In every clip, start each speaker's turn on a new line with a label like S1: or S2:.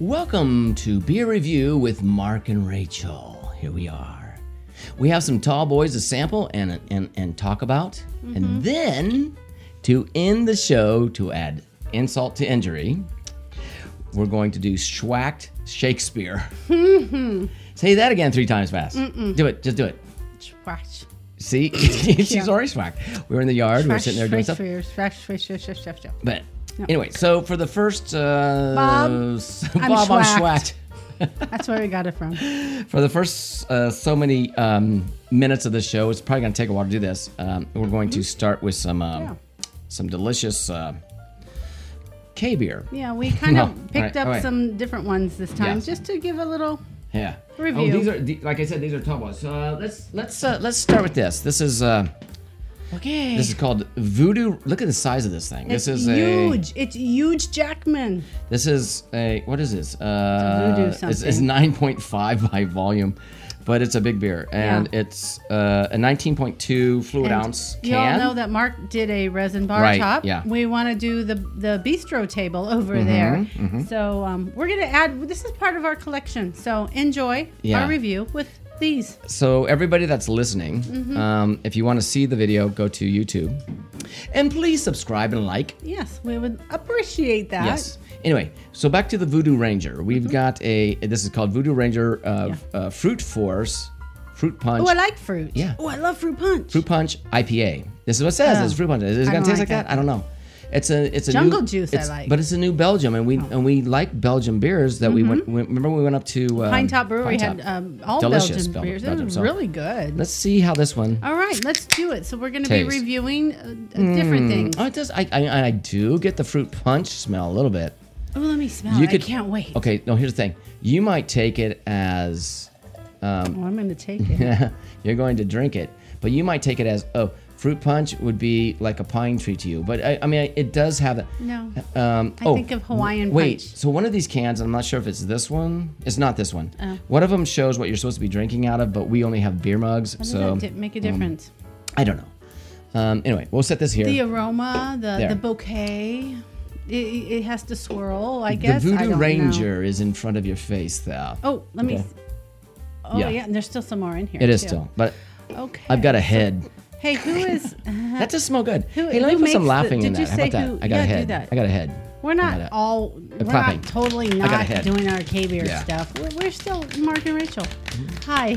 S1: Welcome to Beer Review with Mark and Rachel. Here we are. We have some tall boys to sample and and, and talk about.
S2: Mm-hmm.
S1: And then to end the show, to add insult to injury, we're going to do schwacked Shakespeare.
S2: Mm-hmm.
S1: Say that again three times fast. Do it. Just do it.
S2: Schwash.
S1: See, she's already swacked. We were in the yard. We were
S2: Schwash,
S1: sitting there doing
S2: schwash,
S1: stuff.
S2: schwash, schwash, schwash, schwash, schwash, schwash.
S1: But anyway, so for the first uh,
S2: Bob,
S1: s-
S2: I'm
S1: Bob, I'm
S2: schwacked.
S1: schwacked.
S2: That's where we got it from.
S1: For the first uh, so many um, minutes of this show, it's probably going to take a while to do this. Um, we're going to start with some um,
S2: Mm-hmm. Yeah.
S1: some delicious uh, K beer.
S2: Yeah, we kind
S1: Well,
S2: of
S1: all
S2: picked
S1: right,
S2: up
S1: all right.
S2: some different ones this time,
S1: Yes.
S2: just to give a little.
S1: Yeah.
S2: Review.
S1: Oh, these are the- like I said, these are tall ones. So uh, let's let's uh, let's start with this. This is uh,
S2: Okay.
S1: this is called Voodoo. Look at the size of this thing.
S2: it's
S1: this is a
S2: huge. It's huge, Jackman.
S1: This is a what is this? Uh,
S2: voodoo
S1: It's, it's
S2: something.
S1: 9.5 by volume, but it's a big beer, and
S2: Yeah.
S1: it's uh, a 19.2 fluid
S2: And
S1: ounce
S2: You all
S1: can.
S2: know that Mark did a resin bar
S1: Right,
S2: top.
S1: yeah. Mm-hmm,
S2: We want to do the the bistro table over there. So um, we're gonna add. This is part of our collection. So enjoy
S1: Yeah.
S2: our review with these.
S1: So everybody that's listening,
S2: Mm-hmm.
S1: um, if you want to see the video, go to YouTube, and please subscribe and like.
S2: Yes, we would appreciate that.
S1: Yes. Anyway, so back to the Voodoo Ranger. We've
S2: Mm-hmm.
S1: got a this is called Voodoo Ranger uh, uh, Fruit Force, Fruit Punch.
S2: Oh, I like fruit.
S1: Yeah.
S2: Oh, I love fruit punch.
S1: Fruit punch IPA. This is what it says.
S2: Oh.
S1: it's fruit punch. Is it
S2: I
S1: gonna
S2: don't
S1: taste like
S2: like
S1: that?
S2: that.
S1: I don't know. It's a it's a
S2: Jungle
S1: new,
S2: juice I
S1: It's,
S2: like. Oh.
S1: But it's a new Belgium, and we and we like Belgium beers that we went. We, remember we went up to um,
S2: Mm-hmm. Pine Top Brewery
S1: Pine
S2: had
S1: Top.
S2: um, all
S1: Delicious Bel-
S2: Belgian beers.
S1: Belgium,
S2: it was
S1: so-
S2: really good.
S1: Let's see how this one.
S2: All right, let's do it. So we're going to be
S1: Taste.
S2: reviewing uh, different things.
S1: Oh, it does. I, I I do get the fruit punch smell a little bit.
S2: Oh, let me smell.
S1: You
S2: it.
S1: could-
S2: I can't wait.
S1: Okay, no. Here's the thing. You might take it as
S2: Oh, I'm going to take it.
S1: you're going to drink it, but you might take it as oh, fruit punch would be like a pine tree to you. But I, I mean, it does have that.
S2: No.
S1: Um,
S2: I
S1: oh,
S2: think of Hawaiian
S1: Wait,
S2: punch.
S1: so one of these cans, I'm not sure if it's this one. It's not this one.
S2: Oh.
S1: One of them shows what you're supposed to be drinking out of, but we only have beer mugs,
S2: Does
S1: so um,
S2: that di- make a difference?
S1: I don't know. Um, anyway, we'll set this here.
S2: the aroma, the
S1: There.
S2: the bouquet, it, it has to swirl. I
S1: The
S2: guess. I
S1: Voodoo
S2: don't
S1: Ranger is in front of your face, though.
S2: Know. Oh, let me.
S1: Okay.
S2: s- Oh
S1: Yeah.
S2: yeah. and there's still some more in here.
S1: it is
S2: too.
S1: still, but
S2: Okay.
S1: I've got a head.
S2: Hey, who is?
S1: That does smell good.
S2: Who-
S1: hey, let me put
S2: who
S1: some
S2: makes the-
S1: laughing in
S2: did you
S1: that. How about
S2: say
S1: that?
S2: who-
S1: I got a
S2: yeah, do
S1: head.
S2: that.
S1: I got a head.
S2: We're
S1: I got
S2: not
S1: it.
S2: all. We're
S1: clapping.
S2: not totally
S1: I got a
S2: not
S1: head.
S2: doing our K beer
S1: Yeah. Mm-hmm.
S2: stuff. We're, we're still Mark and Rachel. Hi.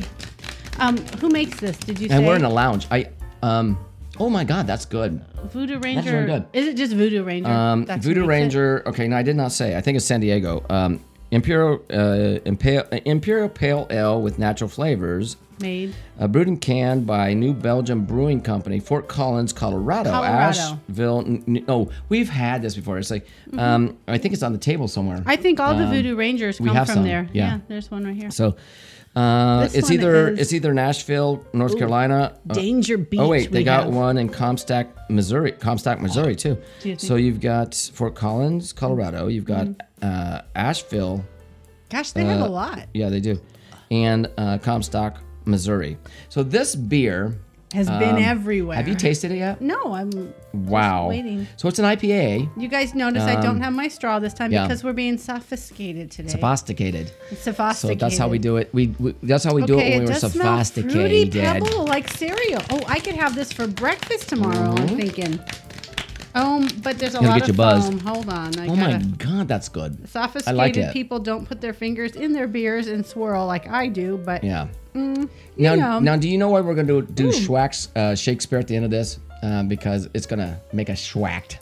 S2: Um, who makes this? Did you say?
S1: And we're in a lounge. I um. Oh my God, that's good.
S2: Voodoo Ranger.
S1: really good.
S2: Is it just Voodoo Ranger?
S1: Um,
S2: That's who
S1: Voodoo
S2: makes it?
S1: Ranger. Okay, no, I did not say. I think it's San Diego. Um, Imperial uh, Imperial, Imperial Pale Ale with natural flavors.
S2: Made.
S1: Uh, brewed and canned by New Belgium Brewing Company, Fort Collins, Colorado.
S2: Colorado.
S1: Asheville. N- n- oh, we've had this before. It's like, um, I think it's on the table somewhere.
S2: Mm-hmm. I think all the Voodoo Rangers
S1: um, we
S2: come
S1: have
S2: from
S1: some,
S2: there.
S1: yeah.
S2: There's one right here.
S1: so uh,
S2: This
S1: it's
S2: one
S1: either
S2: is-
S1: it's either Nashville, North Carolina. uh,
S2: Danger Beach.
S1: Oh wait, they
S2: we
S1: got
S2: have.
S1: one in Comstock, Missouri. Comstock, Missouri too.
S2: Excuse me.
S1: So you've got Fort Collins, Colorado. You've got
S2: Mm-hmm.
S1: uh, Asheville.
S2: Gosh, they
S1: uh,
S2: have a lot.
S1: Yeah, they do, and uh, Comstock, Missouri. So this beer. um,
S2: Has been everywhere.
S1: Have you tasted it yet?
S2: No, I'm.
S1: Wow.
S2: waiting.
S1: So it's an IPA,
S2: You guys notice I don't have my straw this time
S1: yeah.
S2: because we're being sophisticated today.
S1: sophisticated. So
S2: sophisticated.
S1: that's how we do it. We, we that's how we do it when we were
S2: smell fruity
S1: sophisticated.
S2: pebble like cereal. Oh, I could have this for breakfast tomorrow. I'm thinking. Oh, but there's a
S1: Gonna Mm-hmm.
S2: lot
S1: get you
S2: of
S1: buzzed.
S2: foam. Hold on, I
S1: Oh my
S2: gotta.
S1: god, that's good.
S2: Sophisticated
S1: it.
S2: people don't put their fingers in their beers and swirl like I do, but
S1: Yeah. now,
S2: know.
S1: now, do you know why we're gonna do, do Schwack's uh, Shakespeare at the end of this? Uh, because it's gonna make us schwacked.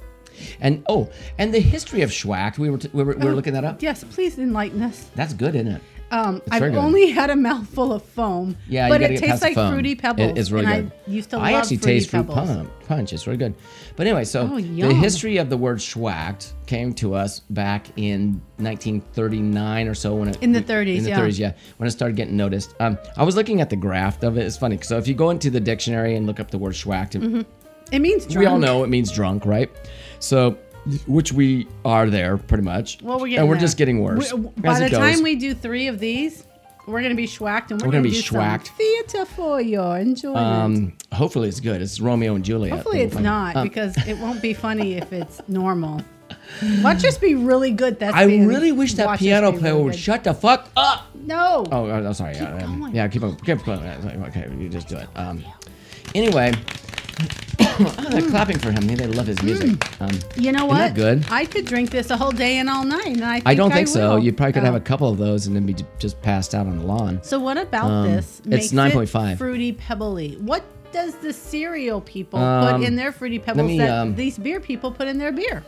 S1: And oh, and the history of schwacked. We were t- we were, we were looking that up.
S2: yes, please enlighten us.
S1: That's good, isn't it?
S2: Um, I've
S1: very good.
S2: only had a mouthful of foam,
S1: Yeah,
S2: but
S1: you gotta get
S2: it tastes
S1: past the
S2: like
S1: foam.
S2: fruity
S1: It-
S2: pebbles.
S1: it's really
S2: and
S1: good.
S2: I used to
S1: I
S2: love
S1: actually
S2: fruity
S1: taste fruit
S2: pebbles.
S1: punch. punch. It's really good. But anyway, so
S2: Oh,
S1: the
S2: yum.
S1: history of the word schwacked came to us back in 1939 or so when it
S2: In the 30s,
S1: in the
S2: yeah.
S1: 30s, yeah, when it started getting noticed. Um, I was looking at the graph of it. It's funny. So if you go into the dictionary and look up the word schwacked, it-
S2: It means Mm-hmm. drunk.
S1: we all know it means drunk, right? So, which we are there pretty much.
S2: Well, we're getting
S1: and we're
S2: there.
S1: just getting worse.
S2: We're-
S1: as
S2: by the
S1: it goes.
S2: time we do three of these, we're gonna be schwacked, and we're,
S1: We're gonna
S2: gonna,
S1: be
S2: do some
S1: schwacked.
S2: theater for your enjoyment.
S1: um, hopefully it's good. It's Romeo and Juliet. Mm-hmm. Um,
S2: Hopefully, it's not because it won't be funny if it's normal. Let's just be really good. That's
S1: I
S2: the end.
S1: really wish that
S2: Watch us
S1: piano
S2: be
S1: player
S2: really
S1: would
S2: good.
S1: shut the fuck up.
S2: No.
S1: Oh, I'm sorry. yeah, um,
S2: going.
S1: yeah, keep on, keep going. Okay, you just do it. Um, anyway, oh, they're clapping for him. They they love his
S2: Hmm.
S1: music. Um,
S2: you know
S1: isn't
S2: what?
S1: that good?
S2: I could drink this a whole day and all night. And I, think
S1: I don't think so.
S2: will.
S1: You probably could have
S2: Oh.
S1: a couple of those and then be j- just passed out on the lawn.
S2: So what about
S1: Um,
S2: this?
S1: it's
S2: makes it
S1: 9.5.
S2: Fruity pebbly. What does the cereal people
S1: Um,
S2: put in their fruity pebbles
S1: me,
S2: that
S1: um,
S2: these beer people put in their beer?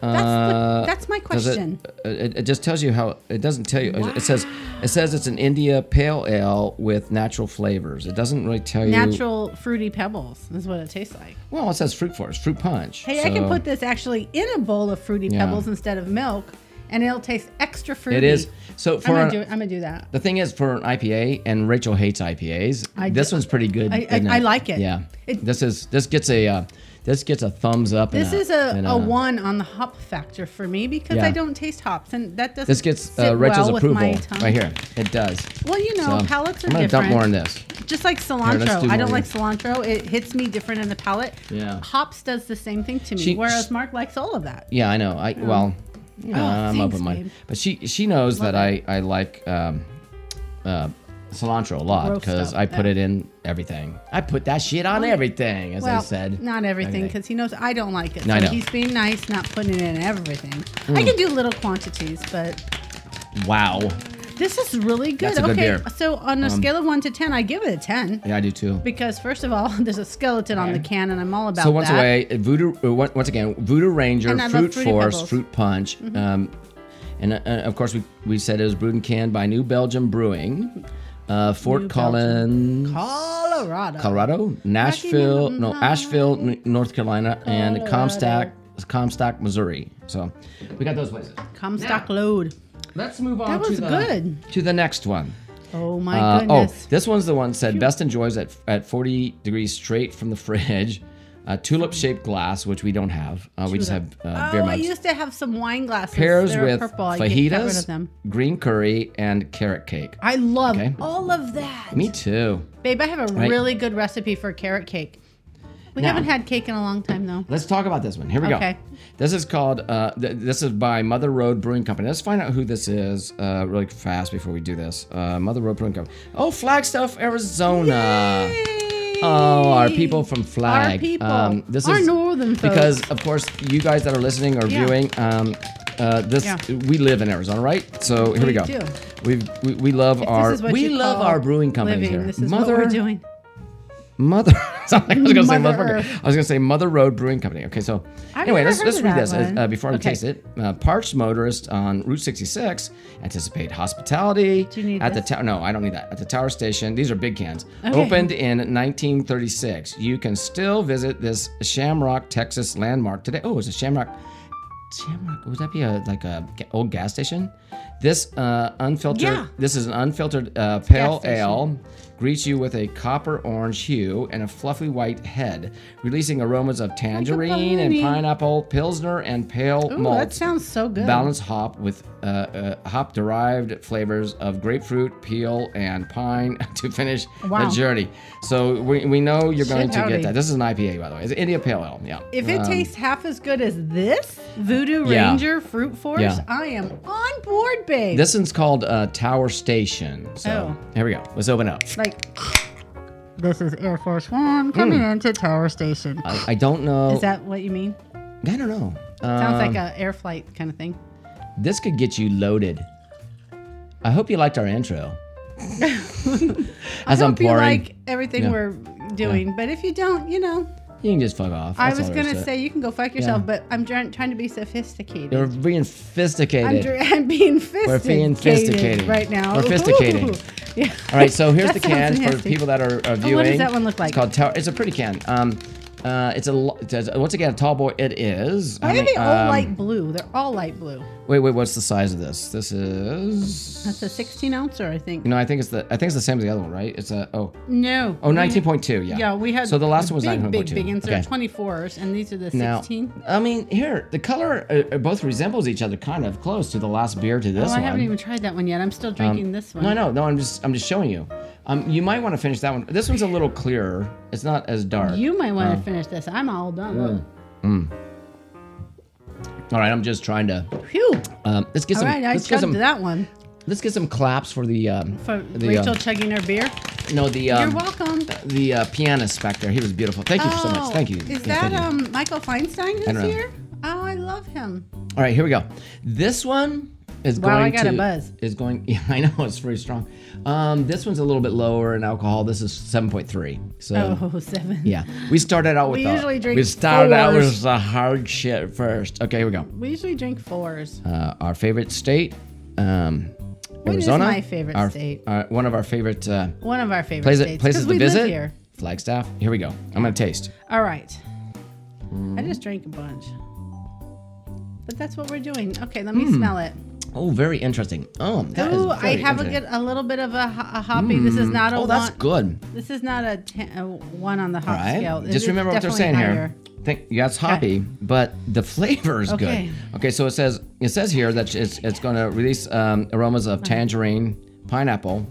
S2: That's
S1: Uh,
S2: what, that's my
S1: Does it-
S2: question.
S1: uh, It, it just tells you how. It doesn't tell you. It says it says it's an India Pale Ale with natural flavors. It doesn't really tell you.
S2: Natural fruity pebbles is what it tastes like.
S1: Well, it says fruit force, fruit punch.
S2: Hey, I can
S1: so
S2: put this actually in a bowl of fruity
S1: Yeah.
S2: pebbles instead of milk, and it'll taste extra fruity.
S1: It is so
S2: I'm
S1: for
S2: gonna,
S1: an,
S2: do, I'm gonna do that.
S1: the thing is for an IPA, and Rachel hates IPAs.
S2: I
S1: this
S2: do-
S1: one's pretty good.
S2: I- I-
S1: isn't
S2: I like it.
S1: Yeah.
S2: It-
S1: this is this gets a uh, this gets a thumbs up. and
S2: This is a,
S1: and
S2: a one on the hop factor for me because
S1: Yeah.
S2: I don't taste hops, and that doesn't.
S1: This gets uh,
S2: sit
S1: Rachel's
S2: well with my
S1: approval
S2: tongue.
S1: right here. It does.
S2: Well, you know,
S1: So,
S2: palates are
S1: I'm gonna
S2: different.
S1: dump more in this.
S2: Just like
S1: let's
S2: cilantro,
S1: do
S2: I don't
S1: more.
S2: like cilantro. It hits me different in the palate.
S1: Yeah.
S2: Hops does the same thing to me,
S1: She-
S2: whereas Mark likes all of that.
S1: Yeah, I know. I well, you know,
S2: Oh,
S1: I'm
S2: thanks,
S1: open minded.
S2: babe.
S1: But she she knows
S2: Love
S1: that I I like um, uh, cilantro a lot
S2: Roast
S1: because
S2: up,
S1: I put
S2: yeah.
S1: it in everything. I put that shit on everything, as I said.
S2: not everything,
S1: Okay.
S2: because he knows I don't like it. So
S1: I know. Mm.
S2: he's being nice, not putting it in everything. I can do little quantities, but
S1: Wow.
S2: this is really good.
S1: That's a good
S2: okay,
S1: beer. Um,
S2: so on a scale of one to ten, I give it a ten
S1: Yeah, I do too.
S2: because first of all, there's a skeleton on the
S1: Okay.
S2: can, and I'm all about
S1: So once
S2: that.
S1: away, voodoo. uh, on- Once again, voodoo ranger,
S2: And I love
S1: fruit
S2: Fruity
S1: force,
S2: Pebbles. Mm-hmm.
S1: fruit punch. Um, and uh, uh, of course, we, we said it was brewed and canned by New Belgium Brewing, uh, Fort Collins,
S2: Colorado.
S1: Colorado, Nashville,
S2: Rocky
S1: no,
S2: Mountain
S1: Asheville,
S2: Ah.
S1: N- North Carolina,
S2: Oh,
S1: and
S2: Colorado.
S1: Comstock, Comstock, Missouri. So we got those places.
S2: Comstock load.
S1: Let's move on
S2: That was
S1: to the
S2: good.
S1: to the next one.
S2: Oh my
S1: Uh, oh,
S2: goodness.
S1: this one's the one said best enjoys at at 40 degrees straight from the fridge. A tulip shaped glass, which we don't have. Uh, we just have uh, beer
S2: oh, I
S1: mugs.
S2: used to have some wine glasses.
S1: Pairs
S2: They're
S1: with
S2: purple. I get- got rid of
S1: fajitas,
S2: them.
S1: green curry, and carrot cake.
S2: I love
S1: Okay.
S2: all of that.
S1: Me too.
S2: Babe, I have a really good recipe for carrot cake. We
S1: Now-
S2: haven't had cake in a long time though.
S1: Let's talk about this one. Here we
S2: Okay.
S1: go. This is called. Uh, th- this is by Mother Road Brewing Company. Let's find out who this is uh, really fast before we do this. Uh, Mother Road Brewing Company. Oh, Flagstaff, Arizona. Uh, Oh, our people from Flag. Um,
S2: people. Our
S1: is
S2: northern
S1: Because
S2: folks.
S1: of course, you guys that are listening or
S2: Yeah.
S1: viewing, um, uh, this
S2: Yeah.
S1: we live in Arizona, right? So here we,
S2: We
S1: go.
S2: do.
S1: We've, we we love our
S2: this is what
S1: we
S2: you
S1: love
S2: call
S1: our brewing company
S2: living.
S1: here.
S2: This is
S1: Mother
S2: what we're doing.
S1: Mother. I was gonna say
S2: Mother
S1: motherfucker.
S2: Earth.
S1: I was gonna say Mother Road Brewing Company. Okay, so
S2: I've
S1: anyway,
S2: never
S1: let's
S2: heard
S1: let's
S2: of
S1: read
S2: that
S1: this uh, uh,
S2: one.
S1: before
S2: Okay.
S1: we taste it. Uh, parched motorists on Route 66 anticipate hospitality
S2: Do you need
S1: at
S2: this?
S1: the tower. No, I don't need that. At the Tower Station. These are big cans.
S2: Okay.
S1: Opened in 1936. You can still visit this Shamrock, Texas landmark today. Oh, it's a Shamrock. Shamrock. Would that be a like a ga- old gas station? This uh, unfiltered.
S2: Yeah.
S1: This is an unfiltered uh, pale
S2: station.
S1: ale greets you with a copper orange hue and a fluffy white head, releasing aromas of tangerine and
S2: bologna.
S1: pineapple, pilsner, and pale
S2: Ooh,
S1: malt.
S2: that sounds so good.
S1: Balanced hop with uh, uh, hop derived flavors of grapefruit, peel, and pine to finish
S2: Wow.
S1: the journey. So we, we know you're going to get
S2: howdy.
S1: that. This is an IPA, by the way. It's India Pale Ale. Yeah.
S2: If it
S1: Um,
S2: tastes half as good as this, Voodoo
S1: Yeah.
S2: Ranger Fruit Force,
S1: Yeah.
S2: I am on board, babe.
S1: This one's called uh, Tower Station. So
S2: Oh.
S1: here we go. Let's open up.
S2: like this is Air Force
S1: Hmm.
S2: One coming into Tower Station.
S1: I, I don't know.
S2: Is that what you mean?
S1: I don't know.
S2: Sounds like
S1: Um,
S2: a air flight kind of thing.
S1: This could get you loaded. I hope you liked our intro. As
S2: I
S1: I'm
S2: hope you
S1: pouring,
S2: like everything
S1: Yeah.
S2: we're doing, but if you don't, you know,
S1: you can just fuck off.
S2: I
S1: That's
S2: was
S1: all there is
S2: gonna
S1: it.
S2: say you can go fuck yourself,
S1: Yeah.
S2: but I'm trying, trying to be sophisticated.
S1: you're being
S2: I'm,
S1: sophisticated.
S2: dr- I'm being fisted.
S1: We're being fisticated.
S2: right now.
S1: We're fisticating.
S2: Ooh. Yeah.
S1: all right, so here's
S2: That
S1: the can
S2: sounds
S1: for
S2: nasty. Oh,
S1: people that are, are viewing.
S2: that one look like?
S1: It's called Tower. It's a pretty can. Um, uh, it's a lo- it says- once again a tall boy. It is.
S2: Why
S1: How
S2: are
S1: many-
S2: they all
S1: um,
S2: light blue? They're all light blue.
S1: Wait, wait. What's the size of this? This is.
S2: That's a 16 ouncer, I think.
S1: No, I think it's the. I think it's the same as the other one, right? It's a. Oh.
S2: No.
S1: Oh, 19.2, yeah.
S2: Yeah, we had.
S1: So the last
S2: the
S1: one was
S2: big,
S1: 19.2.
S2: big, big inserts,
S1: Okay.
S2: 24s, and these are the
S1: Now,
S2: 16.
S1: I mean, here the color uh, uh, both resembles each other, kind of close to the last beer to this
S2: oh, I
S1: one. Um,
S2: haven't even tried that one yet. I'm still drinking this one.
S1: No, no, no. I'm just, I'm just showing you. Um, you might want to finish that one. This one's a little clearer. It's not as dark.
S2: You might want to finish this. I'm all done. Look.
S1: All right, I'm just trying to.
S2: Phew.
S1: Um, let's get
S2: All
S1: some.
S2: right, I
S1: let's get some.
S2: chugged that one
S1: Let's get some claps for the. Um,
S2: for
S1: the,
S2: Rachel
S1: um,
S2: chugging her beer.
S1: no, the. Um,
S2: You're welcome. Oh,
S1: The uh, pianist back there. He was beautiful. Thank you so much. Thank you.
S2: Is
S1: Yeah,
S2: that
S1: thank you.
S2: um Michael Feinstein who's
S1: don't know.
S2: here? Oh, I love him.
S1: All right, here we go. This one is
S2: Wow,
S1: going
S2: I got
S1: to
S2: a buzz.
S1: is going. Yeah, I know it's very strong. Um, this one's a little bit lower in alcohol. This is seven point three. So
S2: Oh, seven.
S1: yeah, we started out with
S2: We
S1: the,
S2: usually drink
S1: we started out with
S2: fours.
S1: the hard shit first. Okay, here we go.
S2: We usually drink fours.
S1: Uh, our favorite state, um,
S2: is
S1: Arizona.
S2: my favorite
S1: Our-
S2: state?
S1: our- one of our favorite uh,
S2: One of our favorite
S1: places
S2: states.
S1: places
S2: 'cause
S1: to
S2: we
S1: visit.
S2: Live here.
S1: Flagstaff. Here we go. I'm gonna taste.
S2: All right. I
S1: Mm.
S2: just drank a bunch. But that's what we're doing. Okay, let me smell it.
S1: Oh, very interesting. Oh, Mm. that is
S2: Oh, I
S1: very
S2: have a
S1: interesting.
S2: good, a little bit of a, ho- a hoppy. This is not a
S1: Oh, that's
S2: one,
S1: good.
S2: This is not a, ten, a one on the hop
S1: All right.
S2: scale. This
S1: Just
S2: is
S1: remember what they're saying
S2: definitely higher.
S1: here. Think, yeah, it's hoppy, but the flavor is
S2: Okay.
S1: good. Okay, so it says it says here that it's it's going to release um, aromas of tangerine, pineapple,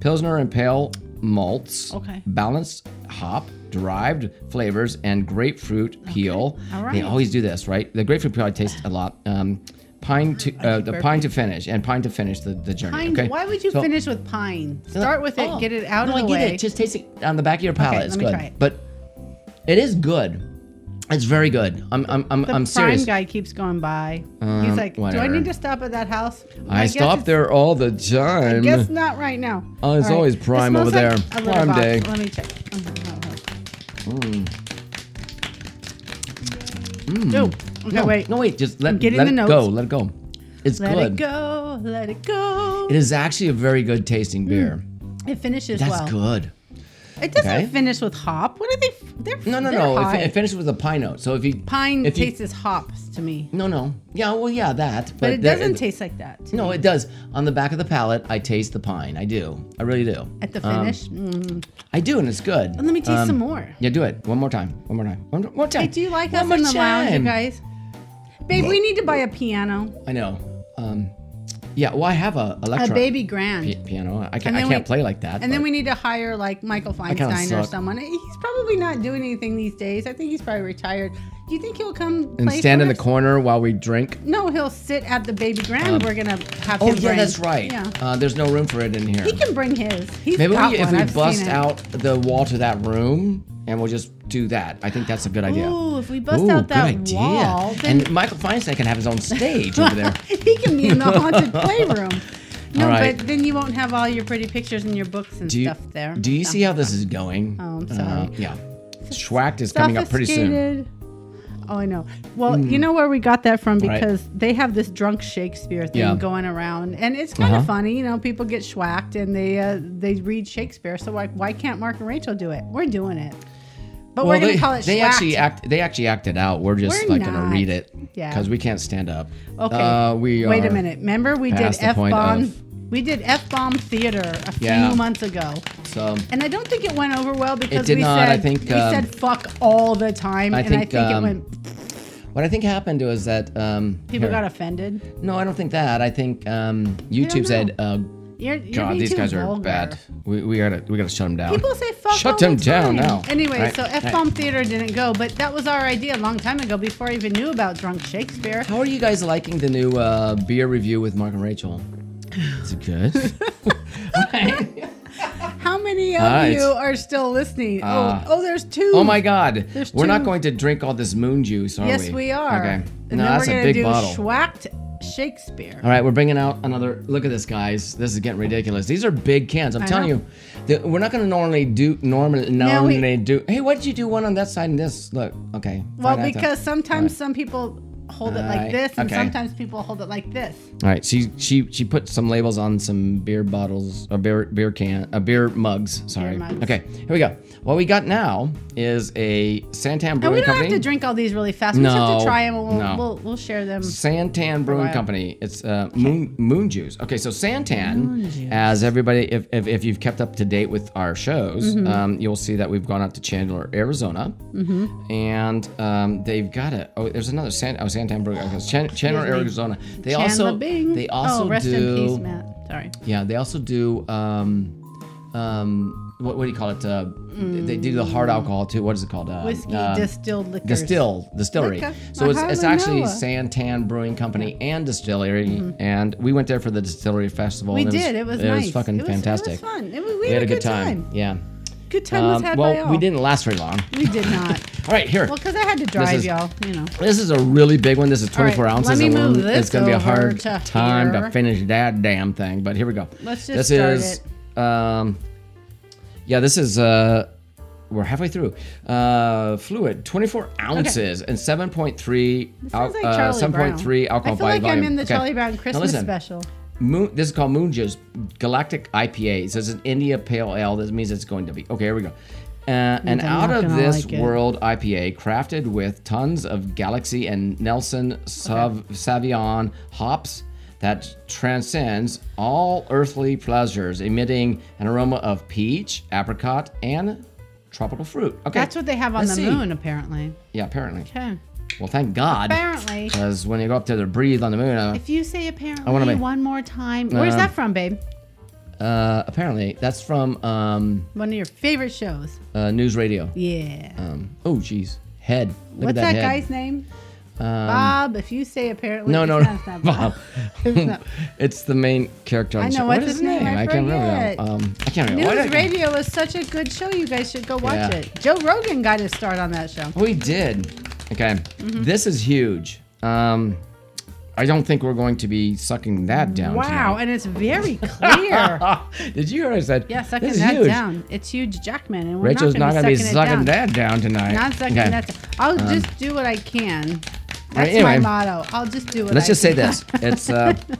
S1: pilsner and pale malts,
S2: Okay.
S1: balanced hop derived flavors, and grapefruit peel.
S2: All
S1: They
S2: right.
S1: always do this, right? The grapefruit peel I taste a lot. Um, pine to uh, the pine to finish and pine to finish the, the journey.
S2: Pine.
S1: okay,
S2: Why would you
S1: So-
S2: finish with pine? Start with it,
S1: Oh,
S2: get it out
S1: no,
S2: of the
S1: I get
S2: way.
S1: it. Just taste it on the back of your palate.
S2: let
S1: it's
S2: me
S1: good,
S2: try it.
S1: but it is good. It's very good. I'm I'm I'm,
S2: the
S1: I'm
S2: prime
S1: serious. Um,
S2: guy keeps going by. He's like, "Do I
S1: whatever.
S2: need to stop at that house?"
S1: I,
S2: guess
S1: stop
S2: it's-
S1: there all the
S2: I
S1: time.
S2: guess not right now.
S1: Oh, it's
S2: All right.
S1: always
S2: It
S1: prime
S2: smells
S1: over there.
S2: like a litter
S1: Prime
S2: box.
S1: day.
S2: Let me check. Mm. Oh, okay,
S1: no,
S2: wait.
S1: Mm. no wait. Just let
S2: getting
S1: let
S2: the
S1: it
S2: notes.
S1: go. Let it go. It's
S2: Let
S1: good.
S2: it go. Let it go.
S1: It is actually a very good tasting beer.
S2: It finishes
S1: That's
S2: Hmm. well.
S1: good.
S2: It doesn't
S1: Okay.
S2: finish with hop. What are they? f- They're
S1: No, no,
S2: they're
S1: no. It,
S2: High.
S1: fin- it finishes with a pine note. So if you
S2: Pine
S1: if you-
S2: tastes as hops to me,
S1: no, no. Yeah, well, yeah, that. But,
S2: but it
S1: there-
S2: doesn't taste like that. to
S1: No,
S2: me.
S1: it does. On the back of the palate, I taste the pine. I do. I really do.
S2: at the
S1: Um,
S2: finish. mm.
S1: I do, and it's good.
S2: Let me taste
S1: Um,
S2: some more.
S1: Yeah, do it. One more time. One more time. One more time.
S2: Hey, do you like
S1: One
S2: us
S1: more
S2: in the lounge, you
S1: time.
S2: guys? Babe, we need to buy a piano,
S1: I know. Um, yeah. Well, I have a
S2: a
S1: electric
S2: baby grand,
S1: piano. I, can,
S2: And
S1: I
S2: then
S1: can't
S2: we-
S1: play like that.
S2: and then
S1: but-
S2: we need to hire like Michael
S1: kinda
S2: Feinstein or
S1: suck.
S2: someone. He's probably not doing anything these days. I think he's probably retired. Do you think he'll come
S1: and
S2: play
S1: stand
S2: for
S1: in the
S2: us?
S1: corner while we drink.
S2: No, he'll sit at the baby grand. We're gonna have.
S1: Oh
S2: him
S1: yeah,
S2: bring.
S1: that's right.
S2: Yeah,
S1: Uh, there's no room for it in here.
S2: he can bring his. He's
S1: Maybe
S2: got
S1: we, if
S2: one.
S1: we
S2: I've seen
S1: bust
S2: it.
S1: out the wall to that room, and we'll just do that. I think that's a good idea.
S2: Ooh, if we bust
S1: Ooh,
S2: out that
S1: good idea.
S2: wall, then
S1: and Michael Feinstein can have his own stage over there.
S2: he can be in the haunted playroom. No,
S1: All right.
S2: but then you won't have all your pretty pictures and your books and
S1: Do you,
S2: stuff there.
S1: do you
S2: So.
S1: see how this is going?
S2: Oh, I'm sorry.
S1: Uh, yeah. Schwacked is coming up pretty soon. Hmm.
S2: Sophisticated. Oh, I know. Well, you know where we got that from
S1: Right.
S2: because they have this drunk Shakespeare thing
S1: Yeah.
S2: going around, and it's kind
S1: Uh-huh.
S2: of funny. You know, people get schwacked and they uh, they read Shakespeare. So like, why can't Mark and Rachel do it? We're doing it, but we're gonna
S1: they,
S2: call it
S1: they
S2: schwacked.
S1: actually act. They actually acted out. We're just
S2: We're
S1: like gonna
S2: not.
S1: read it
S2: Yeah.
S1: because we can't stand up.
S2: okay.
S1: Uh, we
S2: Wait
S1: are-
S2: a minute. Remember we did
S1: past the
S2: f
S1: point
S2: bomb.
S1: of-
S2: We did f bomb theater a few
S1: Yeah.
S2: months ago.
S1: So
S2: And I don't think it went over well because
S1: did
S2: we
S1: not.
S2: said
S1: I think,
S2: we
S1: um,
S2: said fuck all the time,
S1: I
S2: and I
S1: think,
S2: think
S1: um,
S2: it went.
S1: what I think happened was that um,
S2: People
S1: here.
S2: got offended.
S1: no, I don't think that. I think um, YouTube said, uh,
S2: You're, you're
S1: "God,
S2: being
S1: these
S2: too
S1: guys are
S2: vulgar.
S1: bad. We, we gotta we gotta shut them down."
S2: People say fuck.
S1: Shut
S2: all
S1: them
S2: the
S1: down
S2: time.
S1: now.
S2: Anyway,
S1: Right,
S2: so
S1: right.
S2: F bomb theater didn't go, but that was our idea a long time ago before I even knew about drunk Shakespeare.
S1: How are you guys liking the new uh, beer review with Mark and Rachel? Is it good?
S2: How many of
S1: All right.
S2: you are still listening?
S1: Uh,
S2: oh, oh, there's two.
S1: Oh my God!
S2: There's
S1: we're not
S2: two.
S1: going to drink all this moon juice, are we?
S2: Yes, we are.
S1: Okay.
S2: And
S1: no,
S2: then
S1: that's
S2: we're
S1: a
S2: gonna
S1: big
S2: do
S1: bottle.
S2: Schwacked Shakespeare.
S1: all right, we're bringing out another. Look at this, guys. This is getting ridiculous. These are big cans. I'm telling
S2: know.
S1: you, that we're not going to normally do normally
S2: we-
S1: normally do. Hey, why did you do one on that side and this? Look, okay.
S2: Well,
S1: fine, I have to-
S2: because sometimes some people hold it like
S1: Alright,
S2: this, and
S1: okay.
S2: sometimes people hold it like this.
S1: all right, she she she put some labels on some beer bottles, a beer beer can, a beer mugs. Sorry.
S2: mugs.
S1: Okay, here we go. What we got now is a Santan Brewing
S2: And we don't
S1: Company.
S2: have to drink all these really fast. We just have
S1: No,
S2: to try them, and we'll,
S1: no.
S2: we'll, we'll share them.
S1: Santan Brewing
S2: while.
S1: Company. It's uh, moon moon juice. Okay, so Santan, as everybody, if, if, if you've kept up to date with our shows,
S2: Mm-hmm.
S1: um, you'll see that we've gone out to Chandler, Arizona,
S2: Mm-hmm.
S1: and um, they've got a oh, there's another San, oh Santan Brewing. Okay, it's Chan, Chandler,
S2: Excuse me.
S1: Arizona. They
S2: Chandler
S1: also
S2: Bing.
S1: they also
S2: oh, rest
S1: do
S2: in peace, Matt. Sorry.
S1: yeah they also do um, um, what, what do you call it? Uh, They do the hard alcohol too. What is it called? Uh,
S2: Whiskey
S1: uh,
S2: distilled liquors.
S1: distill distillery.
S2: Liquor.
S1: So it's,
S2: I
S1: it's actually
S2: hardly know.
S1: Santan Brewing Company and distillery, and we went there for the distillery festival.
S2: Mm-hmm. We
S1: and
S2: did. It was nice.
S1: It was fucking
S2: it was,
S1: fantastic.
S2: It was fun. It, we,
S1: We had a good time. Yeah.
S2: Good time was
S1: Um,
S2: had by
S1: well,
S2: all.
S1: we didn't last very long.
S2: We did not.
S1: All right, here.
S2: Well, because I had to drive
S1: is-
S2: y'all. You know.
S1: This is a really big one. This is
S2: right,
S1: 24
S2: let
S1: ounces.
S2: me
S1: and
S2: move
S1: one-
S2: this
S1: it's going to be a
S2: over
S1: hard
S2: to
S1: time to
S2: here.
S1: finish that damn thing. But here we go.
S2: Let's
S1: this
S2: just start
S1: is, Um, yeah, this is. Uh, we're halfway through. Uh, fluid, 24 ounces and 7.3
S2: Sounds like
S1: uh,
S2: Charlie
S1: 7.3
S2: Brown.
S1: alcohol
S2: I
S1: by
S2: feel like
S1: volume.
S2: I'm in the
S1: Okay.
S2: Charlie Brown
S1: Now
S2: Christmas
S1: listen.
S2: special.
S1: Moon, this is called Moonja's Galactic IPA. So it's an India Pale Ale. This means it's going to be. Okay, here we go. Uh, an
S2: I'm not
S1: out of
S2: gonna
S1: this
S2: like it.
S1: world IPA crafted with tons of Galaxy and Nelson Sav- Savion hops that transcends all earthly pleasures, emitting an aroma of peach, apricot, and tropical fruit. Okay.
S2: That's what they have on
S1: Let's
S2: the
S1: see.
S2: moon, apparently.
S1: Yeah, apparently.
S2: Okay.
S1: Well, thank God.
S2: Apparently.
S1: Because when you go up there to breathe on the moon, uh,
S2: If you say
S1: wanna
S2: apparently
S1: make-
S2: one more time, where's
S1: Uh,
S2: that from, babe?
S1: uh, apparently that's from um,
S2: One of your favorite shows.
S1: uh, News Radio.
S2: Yeah.
S1: Um, oh, jeez. Head. Look
S2: What's
S1: at
S2: that,
S1: that, head. Um,
S2: guy's name? Bob. If you say apparently,
S1: No,
S2: it's
S1: no,
S2: not-
S1: no.
S2: it's not
S1: Bob.
S2: It's not-
S1: it's the main character on
S2: I
S1: the
S2: know,
S1: show.
S2: what's
S1: what is
S2: his name? I
S1: I can't remember.
S2: forget.
S1: Now. Um, I can't remember. Why
S2: News
S1: did I-
S2: Radio is such a good show. You guys should go watch
S1: Yeah.
S2: it. Joe Rogan got his start on that show.
S1: We did. Okay.
S2: Mm-hmm.
S1: This is huge. Um, I don't think we're going to be sucking that down.
S2: Wow, and it's very clear.
S1: tonight. Did you hear what I said?
S2: yeah,
S1: this
S2: sucking
S1: is
S2: that
S1: huge.
S2: down. It's huge, Jackman, and we're
S1: Rachel's not going
S2: not going
S1: to be
S2: it
S1: sucking
S2: down.
S1: that down tonight.
S2: Not sucking
S1: Okay.
S2: that. down. I'll just do what I can. That's
S1: anyway.
S2: my motto. I'll just do what.
S1: Let's
S2: I
S1: just say
S2: can.
S1: this. It's uh,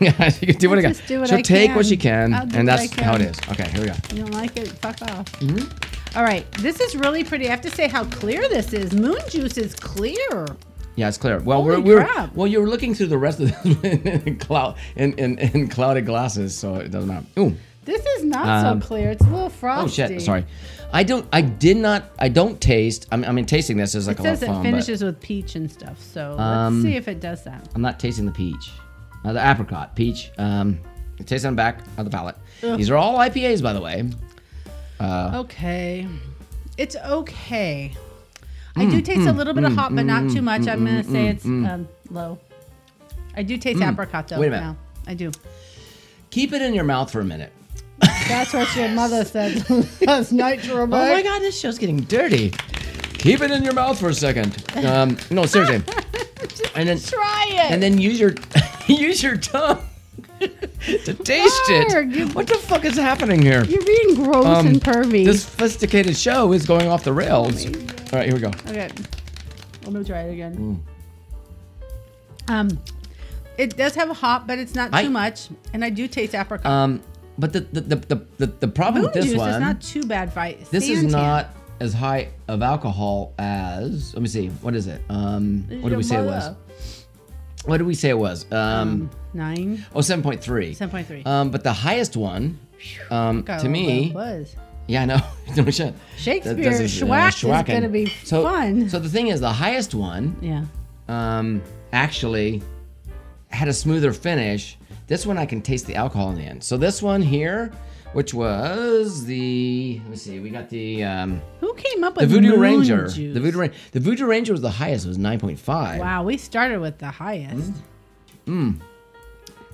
S1: yeah, she can do what I can.
S2: just do what
S1: She'll
S2: I
S1: take what
S2: can.
S1: she can,
S2: I'll do
S1: and
S2: what
S1: that's
S2: I
S1: how it
S2: can.
S1: is. Okay, here we go.
S2: You don't like it? Fuck off.
S1: Mm-hmm.
S2: All right, this is really pretty. I have to say how clear this is. Moon juice is clear.
S1: Yeah, it's clear. Well,
S2: Holy
S1: we're, we're
S2: crap.
S1: well, you're looking through the rest of the in cloud in, in, in clouded glasses, so it doesn't matter. Ooh,
S2: This is not
S1: Um,
S2: so clear. It's a little
S1: oh
S2: frosty.
S1: shit, sorry. I don't. I did not. I don't taste. I mean, I mean tasting this is like a
S2: It
S1: lot
S2: says
S1: of
S2: it
S1: fun, but
S2: finishes with peach and stuff. So
S1: Um,
S2: let's see if it does that.
S1: I'm not tasting the peach, uh, the apricot, peach. Um, it tastes on the back of the palate. These are all IPAs, by the way. uh,
S2: Okay. It's okay. I
S1: Mm,
S2: do taste a little bit of hop, but not too much. I'm going to say it's um, low. I do taste apricot, though.
S1: Mm. Wait a minute.
S2: now. I do.
S1: Keep it in your mouth for a minute.
S2: That's what your mother said last night, Jerome.
S1: Oh my god, this show's getting dirty. Keep it in your mouth for a second. Um, no, seriously. and then
S2: Try it.
S1: and then use your use your tongue to taste
S2: Mark, you-
S1: it. What the fuck is happening here?
S2: You're being gross
S1: Um,
S2: and pervy.
S1: This sophisticated show is going off the rails.
S2: Oh,
S1: All right, here we go.
S2: Okay. Let me try it again. Um, it does have a hop, but it's not too
S1: Mm. I-
S2: much, and I do taste apricot.
S1: Um, but the the, the, the, the, the problem
S2: Moon
S1: with this
S2: juice
S1: one
S2: is not too bad for
S1: this is
S2: Santan.
S1: not as high of alcohol as let me see what is it um what did
S2: Your
S1: we say it was
S2: mother.
S1: what did we say it was um
S2: Hmm. Nine.
S1: Oh, 7.3.
S2: 7.3.
S1: Um, but the highest one, um,
S2: Got a
S1: to
S2: little
S1: me,
S2: buzz.
S1: yeah, I know. no shit.
S2: Shakespeare
S1: That- this is, uh,
S2: schwack is
S1: schwacking.
S2: gonna be
S1: so,
S2: fun.
S1: So the thing is, the highest one
S2: Yeah.
S1: um, actually had a smoother finish. This one I can taste the alcohol in the end. So this one here, which was the let me see, we got the um,
S2: Who came up
S1: the
S2: with
S1: Voodoo
S2: moon
S1: Ranger.
S2: Juice?
S1: The Voodoo Ranger. The Voodoo Ranger was the highest. It was 9.5.
S2: Wow, we started with the
S1: Mm.
S2: highest.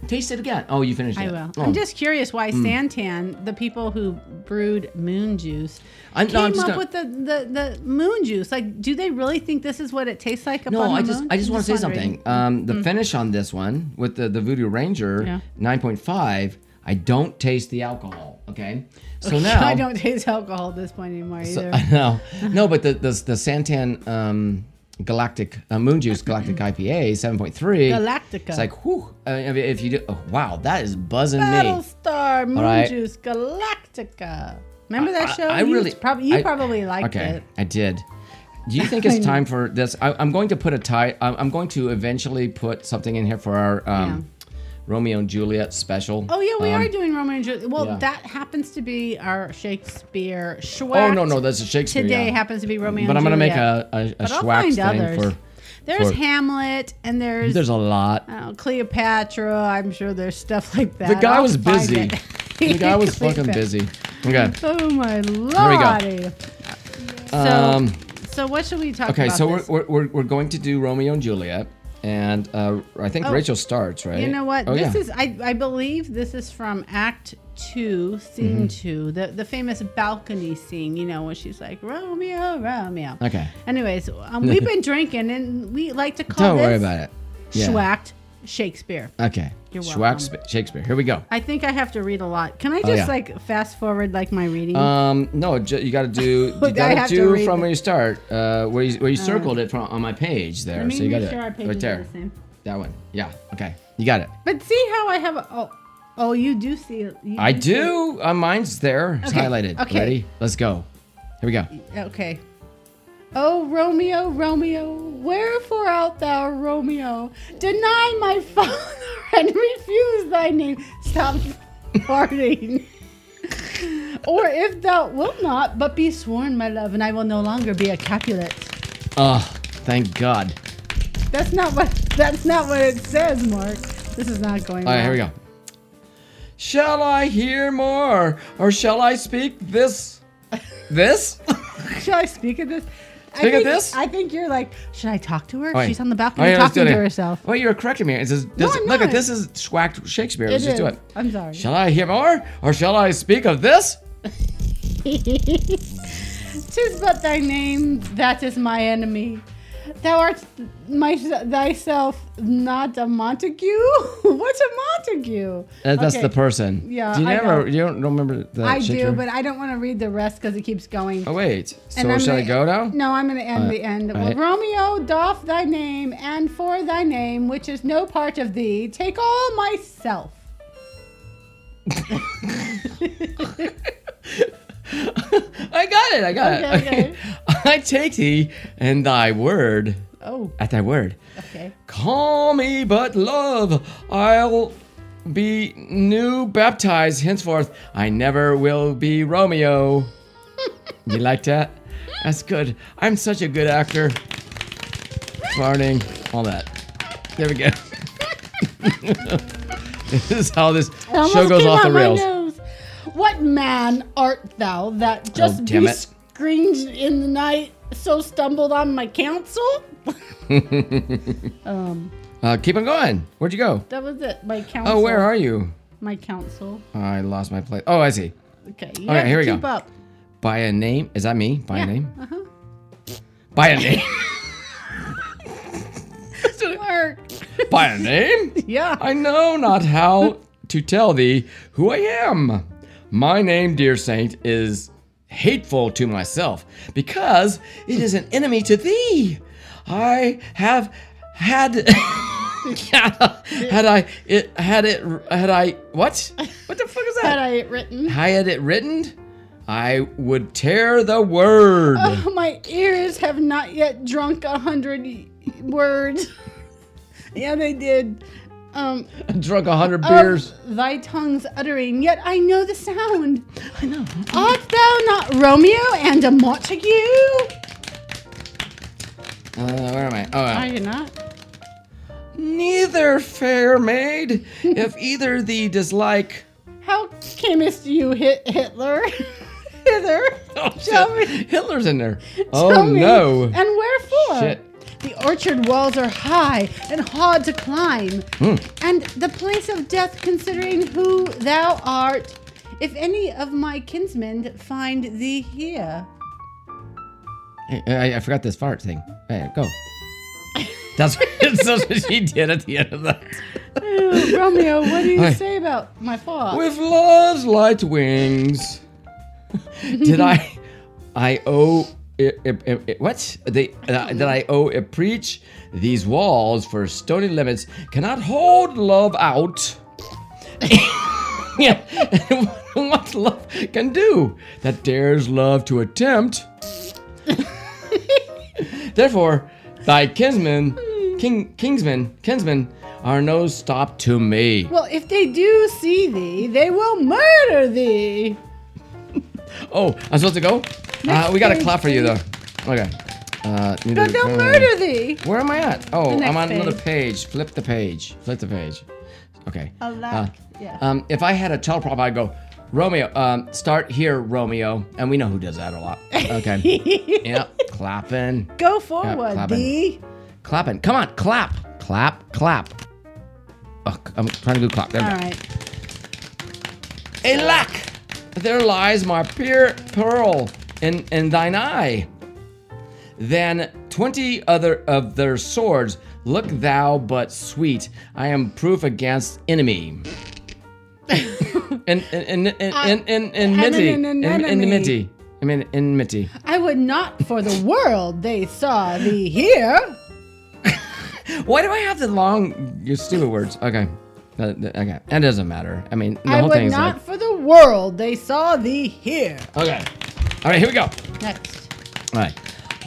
S1: Taste it again. Oh, you finished
S2: I
S1: it.
S2: will.
S1: Oh.
S2: I'm just curious why Santan, the people who brewed moon juice,
S1: I'm-
S2: came
S1: no, I'm just
S2: up
S1: gonna-
S2: with the, the, the moon juice. Like, do they really think this is what it tastes like?
S1: No,
S2: upon
S1: I
S2: the
S1: just
S2: moon?
S1: I just
S2: I'm
S1: want to say
S2: wondering.
S1: something. Um, the finish on this one with the the Voodoo Ranger
S2: Yeah.
S1: 9.5, I don't taste the alcohol. Okay, so now
S2: I don't taste alcohol at this point anymore
S1: so-
S2: either.
S1: I know no, but the the, the Santan um, Galactic uh, Moon Juice Galactic IPA 7.3
S2: Galactica.
S1: It's like whew. I mean, if you do, oh, wow, that is buzzing me.
S2: Battlestar Moon
S1: right.
S2: Juice Galactica. Remember
S1: I-
S2: that show?
S1: I
S2: you
S1: really-
S2: prob- you
S1: I-
S2: probably liked
S1: Okay,
S2: it.
S1: I did. Do you think it's time for this? I, I'm going to put a tie. I'm, I'm going to eventually put something in here for our um, Romeo and Juliet special.
S2: Oh yeah, we
S1: Um,
S2: are doing Romeo and Juliet. Well,
S1: yeah.
S2: that happens to be our Shakespeare schwack.
S1: Oh no, no, that's a Shakespeare.
S2: today
S1: yeah.
S2: happens to be Romeo.
S1: But I'm
S2: and
S1: gonna make
S2: Juliet.
S1: a a, a
S2: But I'll
S1: schwack
S2: find
S1: thing
S2: others.
S1: for.
S2: There's
S1: for-
S2: Hamlet and there's,
S1: There's a lot.
S2: I don't know, Cleopatra. I'm sure there's stuff like that.
S1: The guy
S2: I'll
S1: was
S2: find
S1: busy.
S2: it.
S1: The guy was fucking
S2: Cleopatra.
S1: busy. Okay.
S2: Oh my lord.
S1: we go.
S2: So,
S1: Um,
S2: so what should we talk
S1: Okay,
S2: about?
S1: so we're,
S2: this?
S1: we're, we're, we're going to do Romeo and Juliet, and uh, I think
S2: Oh.
S1: Rachel starts, right?
S2: you know what?
S1: Oh,
S2: this
S1: yeah.
S2: is I, I believe this is from Act Two,
S1: Mm-hmm.
S2: Scene Two, the the famous balcony scene. You know when she's like Romeo, Romeo.
S1: Okay.
S2: Anyways, um, we've been drinking and we like to call
S1: Don't
S2: this
S1: worry about it. Yeah.
S2: schwacked Shakespeare.
S1: Okay.
S2: You're
S1: Schwack-
S2: welcome.
S1: Shakespeare. Here we go.
S2: I think I have to read a lot. Can I just
S1: Oh, yeah.
S2: like fast forward like my reading?
S1: Um, no, ju- you got to do.
S2: I
S1: You got
S2: have
S1: to
S2: to
S1: do
S2: read
S1: from
S2: the-
S1: where you start, uh, where you where you circled it from on my page there.
S2: Let me
S1: so you got
S2: make
S1: it
S2: sure our pages
S1: right
S2: are
S1: there.
S2: the same.
S1: That one. Yeah. Okay. You got it.
S2: But see how I have a, oh oh you do see it. You
S1: I
S2: see it.
S1: do. Uh, mine's there. It's
S2: Okay,
S1: highlighted.
S2: okay.
S1: Ready? Let's go. Here we go.
S2: Okay. Oh, Romeo, Romeo, wherefore art thou, Romeo? Deny my father and refuse thy name. Stop farting. or if thou wilt not, but be sworn, my love, and I will no longer be a Capulet.
S1: Oh, thank God.
S2: That's not what. That's not what it says, Mark. This is not going.
S1: All right, here we go. Shall I hear more, or shall I speak this? This?
S2: Should I speak of this? I
S1: Speak of
S2: think,
S1: this?
S2: I think you're like. Should I talk to her?
S1: All right.
S2: She's on the
S1: All
S2: balcony
S1: right, let's do
S2: talking
S1: it
S2: to
S1: here.
S2: herself.
S1: Well, you're correcting me. It says, this,
S2: I'm
S1: look at
S2: not.
S1: this is schwacked Shakespeare. Let's just
S2: It
S1: do
S2: is.
S1: it.
S2: I'm sorry.
S1: Shall I hear more, or shall I speak of this?
S2: Tis but thy name that is my enemy. Thou art my thyself not a Montague. What's a Montague?
S1: That- Uh, that's
S2: Okay.
S1: the person.
S2: Yeah,
S1: Do you
S2: I
S1: never?
S2: know.
S1: You don't remember the
S2: I
S1: Shakespeare?
S2: do, but I don't want to read the rest because it keeps going.
S1: oh wait.
S2: And
S1: So
S2: I'm
S1: shall I
S2: gonna-
S1: go now?
S2: No, I'm going to end the end. Well,
S1: alright.
S2: Romeo, doff thy name, and for thy name, which is no part of thee, take all myself.
S1: I got it. I got it.
S2: Okay,
S1: I take thee and thy word
S2: Oh,
S1: at thy word.
S2: okay.
S1: Call me but love. I'll be new baptized henceforth. I never will be Romeo. you like that? That's good. I'm such a good actor. Farting, all that. There we go. this is how this
S2: It almost
S1: show goes
S2: came
S1: off the
S2: out my
S1: rails.
S2: nose. What man art thou that just
S1: Oh, damn
S2: be
S1: it.
S2: screamed in the night, so stumbled on my counsel? um,
S1: Uh, keep on going. Where'd you go?
S2: that was it. My counsel.
S1: Oh, where are you?
S2: my counsel?
S1: I lost my place. Oh, I see.
S2: Okay, you
S1: Okay,
S2: have
S1: here we
S2: to
S1: go.
S2: keep up.
S1: By a name. Is that me? By
S2: Yeah,
S1: a name?
S2: Uh-huh.
S1: By a name.
S2: Mark.
S1: By a name?
S2: Yeah.
S1: I know not how to tell thee who I am. My name, dear saint, is hateful to myself because it is an enemy to thee. I have had had I it had it had I what? What the fuck is
S2: Had
S1: that?
S2: I it written?
S1: I had it written, I would tear the word.
S2: Oh, my ears have not yet drunk a hundred y- words. yeah, they did. Um,
S1: Drunk a hundred
S2: of
S1: beers.
S2: thy tongue's uttering, yet I know the sound. I know. Art thou not Romeo and a Montague?
S1: Uh, where am I? Oh,
S2: Are you not?
S1: Neither, fair maid, if either thee dislike.
S2: How camest you hit Hitler hither?
S1: Oh,
S2: Tell
S1: shit.
S2: me-
S1: Hitler's in there.
S2: Tell
S1: Oh
S2: me,
S1: no.
S2: And wherefore?
S1: Shit.
S2: The orchard walls are high and hard to climb,
S1: Hmm.
S2: and the place of death, considering who thou art. If any of my kinsmen find thee here,
S1: Hey, I, I forgot this fart thing. Hey, go. That's what, that's what she did at the end of that.
S2: Oh, Romeo, what do you
S1: Hi.
S2: say about my fault?
S1: With love's light wings. did I? I owe. eh, i i i what they uh, that I owe a preach these walls for stony limits cannot hold love out. yeah, what love can do that dares love to attempt. Therefore, thy kinsmen, king, kingsmen, kinsmen are no stop to me.
S2: Well, if they do see thee, they will murder thee.
S1: Oh, I'm supposed to go? Uh, we got to
S2: page,
S1: clap for you, though. Okay. Uh, neither-
S2: But they'll murder thee.
S1: Where am I at? Oh,
S2: next
S1: I'm on another page. Flip the page. Flip the page. Okay.
S2: Alack,
S1: Uh,
S2: yeah.
S1: Um, if I had a child prop, I'd go, Romeo, um, start here, Romeo. And we know who does that a lot. Okay. yep. Clapping.
S2: Go forward,
S1: clapping.
S2: D.
S1: Clapping. Come on, clap. Clap, clap. Oh, I'm trying to do clap. There we
S2: All
S1: go.
S2: right.
S1: Alack! There lies my pure pearl in, in thine eye. Than twenty other of their swords, look thou but sweet. I am proof against enemy. In in in in
S2: Uh,
S1: in in in minty
S2: an- an
S1: in in
S2: enemy.
S1: minty. I mean in minty.
S2: I would not for the world they saw thee here.
S1: Why do I have the long your stupid words? Okay. Uh, th- Okay. That doesn't matter. I mean the
S2: I
S1: whole thing is
S2: would not for the world they saw thee here.
S1: like Okay. Alright, here we go.
S2: Next.
S1: Right.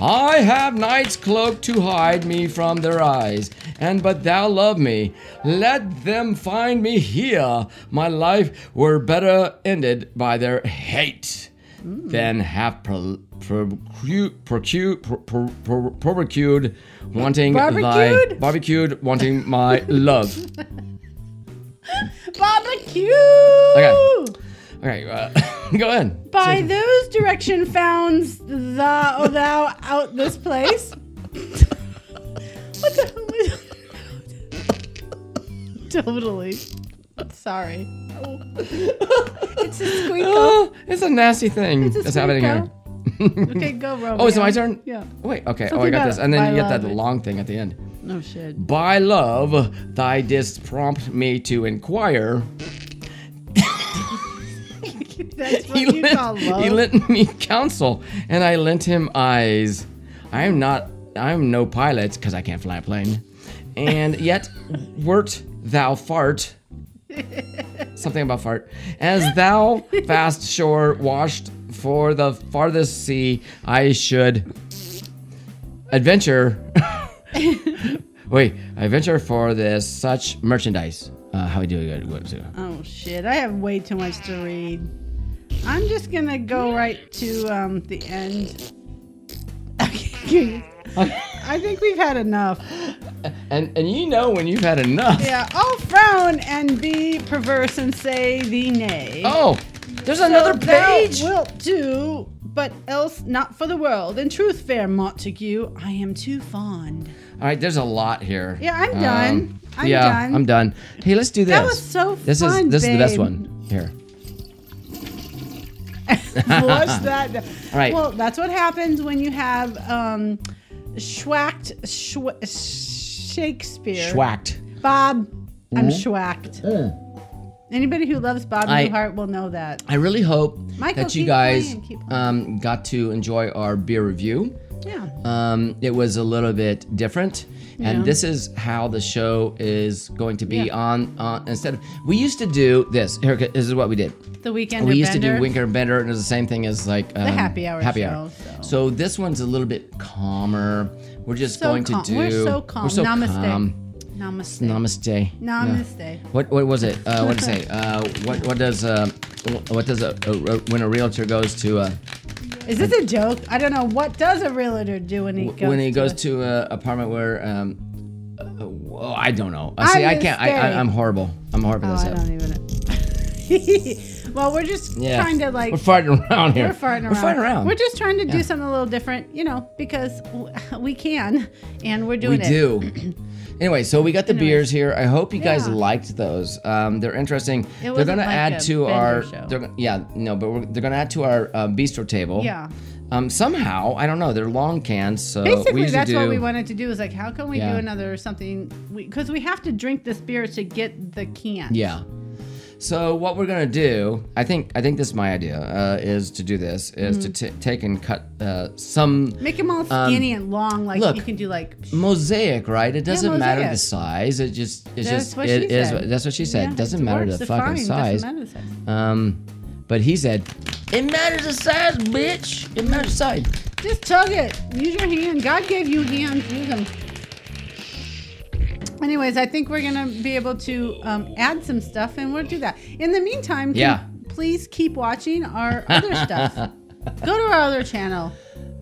S1: I have night's cloak to hide me from their eyes, and but thou love me. Let them find me here. My life were better ended by their hate than have pro- pro- procu- procu- pro- pro- pro- procured wanting thy
S2: Barbecued?
S1: barbecued wanting my love.
S2: Barbecue!
S1: Okay, uh, go ahead.
S2: By those direction founds thou oh, thou out this place. what the? totally. Sorry. Oh. it's a squeako.
S1: Oh, it's a nasty thing
S2: a
S1: that's happening here.
S2: Okay, go Romeo.
S1: Oh, it's my turn.
S2: Yeah.
S1: Wait. Okay. oh, I
S2: Something
S1: got
S2: about
S1: this, and then
S2: my
S1: you get that
S2: love.
S1: long thing at the end.
S2: No shit.
S1: By love, thy didst prompt me to inquire.
S2: That's what you call love.
S1: he lent me counsel, and I lent him eyes. I am not, I am no pilot, because I can't fly a plane. And yet, wert thou fart. Something about fart. As thou fast shore washed for the farthest sea, I should adventure. Wait, I venture for this such merchandise. Uh, how we do it? What to?
S2: oh shit! I have way too much to read. I'm just gonna go right to um, the end. Okay. I think we've had enough.
S1: And and you know when you've had enough.
S2: Yeah, I'll frown and be perverse and say thee nay.
S1: Oh, there's another
S2: Thou
S1: page.
S2: wilt do, but else not for the world. In truth, fair Montague, I am too fond.
S1: All right, there's a lot here. Um,
S2: Yeah, I'm done. I'm
S1: yeah,
S2: done.
S1: I'm done. Hey, let's do this.
S2: That was so
S1: This
S2: fun,
S1: is this is the best
S2: babe.
S1: one here.
S2: Flush that. down.
S1: All right.
S2: Well, that's what happens when you have um, schwacked schw- Shakespeare.
S1: Schwacked.
S2: Bob, I'm schwacked. Anybody who loves Bob
S1: Hmm? I-
S2: Newhart will know that.
S1: I really hope
S2: Michael,
S1: that you
S2: keep
S1: guys
S2: playing, keep playing.
S1: um, got to enjoy our beer review.
S2: Yeah.
S1: Um, it was a little bit different, and
S2: Yeah.
S1: this is how the show is going to be
S2: Yeah.
S1: on. on instead of we used to do this. Here, this is what we did.
S2: The weekend.
S1: we used to do
S2: Bender.
S1: Winker and Bender, and it was the same thing as like um,
S2: happy hour
S1: Happy
S2: show,
S1: hour. So.
S2: so.
S1: this one's a little bit calmer. We're just
S2: So
S1: going
S2: calm.
S1: to do.
S2: We're so calm.
S1: We're so
S2: Namaste.
S1: calm.
S2: Namaste.
S1: Namaste.
S2: Namaste.
S1: What what was it? Uh, what did it say? Uh, what what does uh, what does a, a, a when a realtor goes to uh,
S2: Is this a joke? I don't know. What does a realtor do when he goes?
S1: when he
S2: to
S1: goes
S2: a-
S1: to an apartment where um, uh, well, I don't know. Uh,
S2: I'm
S1: see, I
S2: gonna
S1: can't. I, I
S2: stay.
S1: I'm horrible. I'm horrible.
S2: Oh,
S1: at
S2: I
S1: this.
S2: don't even. well, we're just
S1: yeah.
S2: trying to like.
S1: we're farting around here.
S2: We're farting around.
S1: We're farting around.
S2: We're just trying to do something a little different, you know, because w- we can, and we're doing
S1: We
S2: it.
S1: do. anyway, so we got the beers here. I hope you guys
S2: Yeah.
S1: liked those. Um, they're interesting. they're
S2: wasn't
S1: gonna
S2: like
S1: add
S2: a
S1: to
S2: Bender
S1: our.
S2: show.
S1: They're, gonna- yeah, no, but we're, they're gonna add to our uh, bistro table.
S2: Yeah.
S1: Um, somehow I don't know. They're long cans, so we
S2: Basically,
S1: usually
S2: that's
S1: do.
S2: what we wanted to do. Is like, how can we
S1: Yeah.
S2: do another something? Because we, have to drink this beer to get the can.
S1: Yeah. So what we're gonna do, I think, I think this is my idea, uh, is to do this, is
S2: Mm-hmm.
S1: to t- take and cut uh, some
S2: Make them all skinny and long, like
S1: Um, look,
S2: you can do like.
S1: mosaic, right? It doesn't matter the
S2: mosaic.
S1: size. It just, it's
S2: That's
S1: just,
S2: what
S1: it
S2: she
S1: is-
S2: said.
S1: That's what she said.
S2: Yeah,
S1: doesn't
S2: it
S1: matter
S2: works.
S1: the
S2: They're
S1: fucking
S2: fine.
S1: size.
S2: Doesn't matter the size.
S1: Um, but he said, "It matters the size, bitch. It matters the size."
S2: Just tug it. Use your hand. God gave you hands. Use them. Anyways, I think we're gonna be able to um, add some stuff, and we'll do that. In the meantime, can-
S1: Yeah.
S2: Please keep watching our other stuff. Go to our other channel.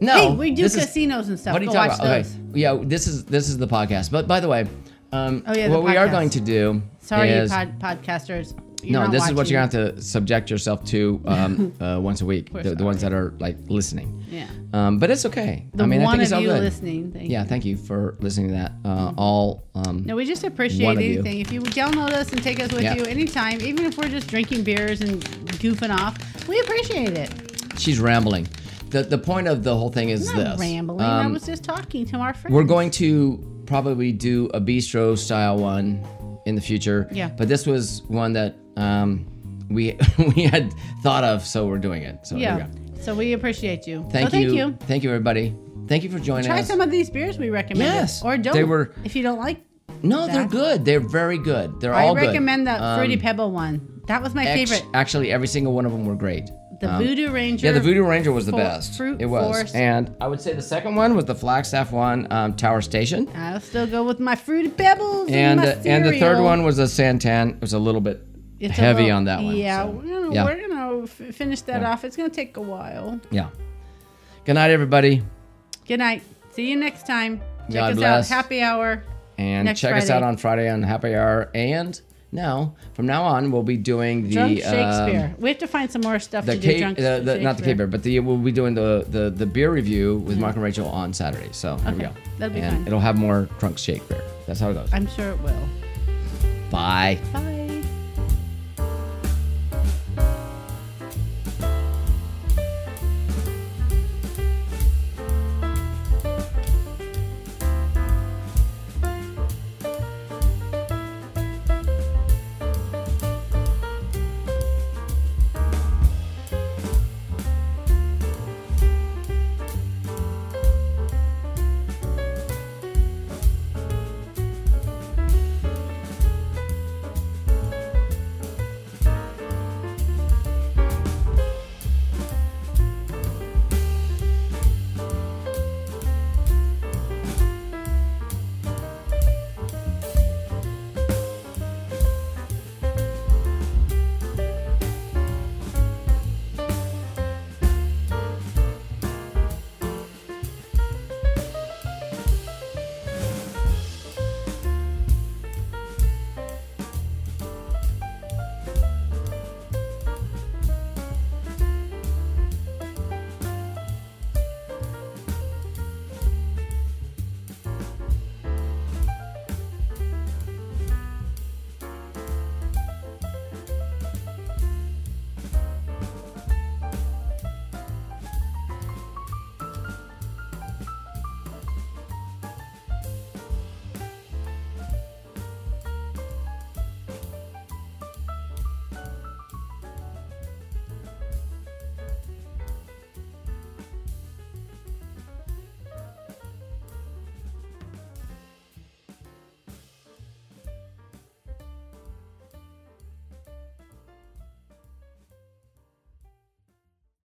S1: No,
S2: hey, we do
S1: this is-
S2: casinos and stuff.
S1: what are you
S2: Go
S1: talking
S2: watch
S1: about? Okay,
S2: those.
S1: yeah, this is this is the podcast. But by the way, um,
S2: Oh, yeah, the
S1: what we are
S2: podcast.
S1: going to do
S2: Sorry, you
S1: is
S2: pod- podcasters. You're
S1: no,
S2: not
S1: this is what
S2: watching
S1: you're
S2: it.
S1: gonna have to subject yourself to um, uh, once a week. The, the ones that are like listening.
S2: Yeah.
S1: Um, but it's okay.
S2: The
S1: I mean,
S2: one
S1: I think it's
S2: of
S1: all
S2: you
S1: good.
S2: listening. Mm-hmm. Thank
S1: Yeah, thank you for listening to that. Uh, All um,
S2: No, we just appreciate
S1: One of you.
S2: anything. If you download us and take us with
S1: Yeah.
S2: you anytime, even if we're just drinking beers and goofing off, we appreciate it.
S1: she's rambling. The the point of the whole thing is
S2: I'm not
S1: this.
S2: rambling. I
S1: Um,
S2: was just talking to our friends.
S1: We're going to probably do a bistro style one in the future.
S2: Yeah.
S1: But this was one that um, we we had thought of, so we're doing it. So there
S2: Yeah.
S1: you go.
S2: So we appreciate you.
S1: Thank
S2: so thank
S1: you.
S2: you.
S1: Thank you, everybody. Thank you for joining
S2: Try
S1: us.
S2: some of these beers we recommend.
S1: Yes.
S2: Or don't.
S1: They were-
S2: If you don't like,
S1: no, they're
S2: that.
S1: good. They're very good. They're
S2: I
S1: all good.
S2: recommend the
S1: Um,
S2: Fruity Pebble one. That was my
S1: act-
S2: favorite.
S1: Actually, every single one of them were great.
S2: The
S1: Um,
S2: Voodoo Ranger.
S1: Yeah, the Voodoo Ranger was the
S2: Fo-
S1: best.
S2: Fruit
S1: it was,
S2: Force.
S1: and I would say the second one was the Flagstaff one, um, Tower Station,
S2: I'll still go with my Fruity Pebbles.
S1: and
S2: my
S1: the, and the third
S2: cereal.
S1: one was a Santan. It was a little bit
S2: It's a
S1: heavy
S2: little-
S1: on that one.
S2: Yeah,
S1: so,
S2: we're gonna,
S1: yeah,
S2: We're gonna f- finish that off. It's gonna take a while.
S1: yeah. Good night, everybody,
S2: Good night. See you next time. Check
S1: God
S2: us
S1: bless.
S2: out. Happy hour.
S1: and
S2: Next
S1: check us
S2: Friday.
S1: out on Friday on Happy Hour. And now, from now on, we'll be doing the
S2: Drunk
S1: um,
S2: Shakespeare. we have to find some more stuff
S1: the
S2: to do.
S1: K,
S2: drunk
S1: the, the, not the K
S2: Shakespeare. Mm-hmm.
S1: beer, but the we'll be doing the the, the beer review with Mark and Rachel on Saturday. So here we
S2: Okay,
S1: go.
S2: that'll be
S1: and
S2: fun.
S1: it'll have more Crunk Shake beer. That's how it goes.
S2: I'm sure it will.
S1: Bye.
S2: Bye.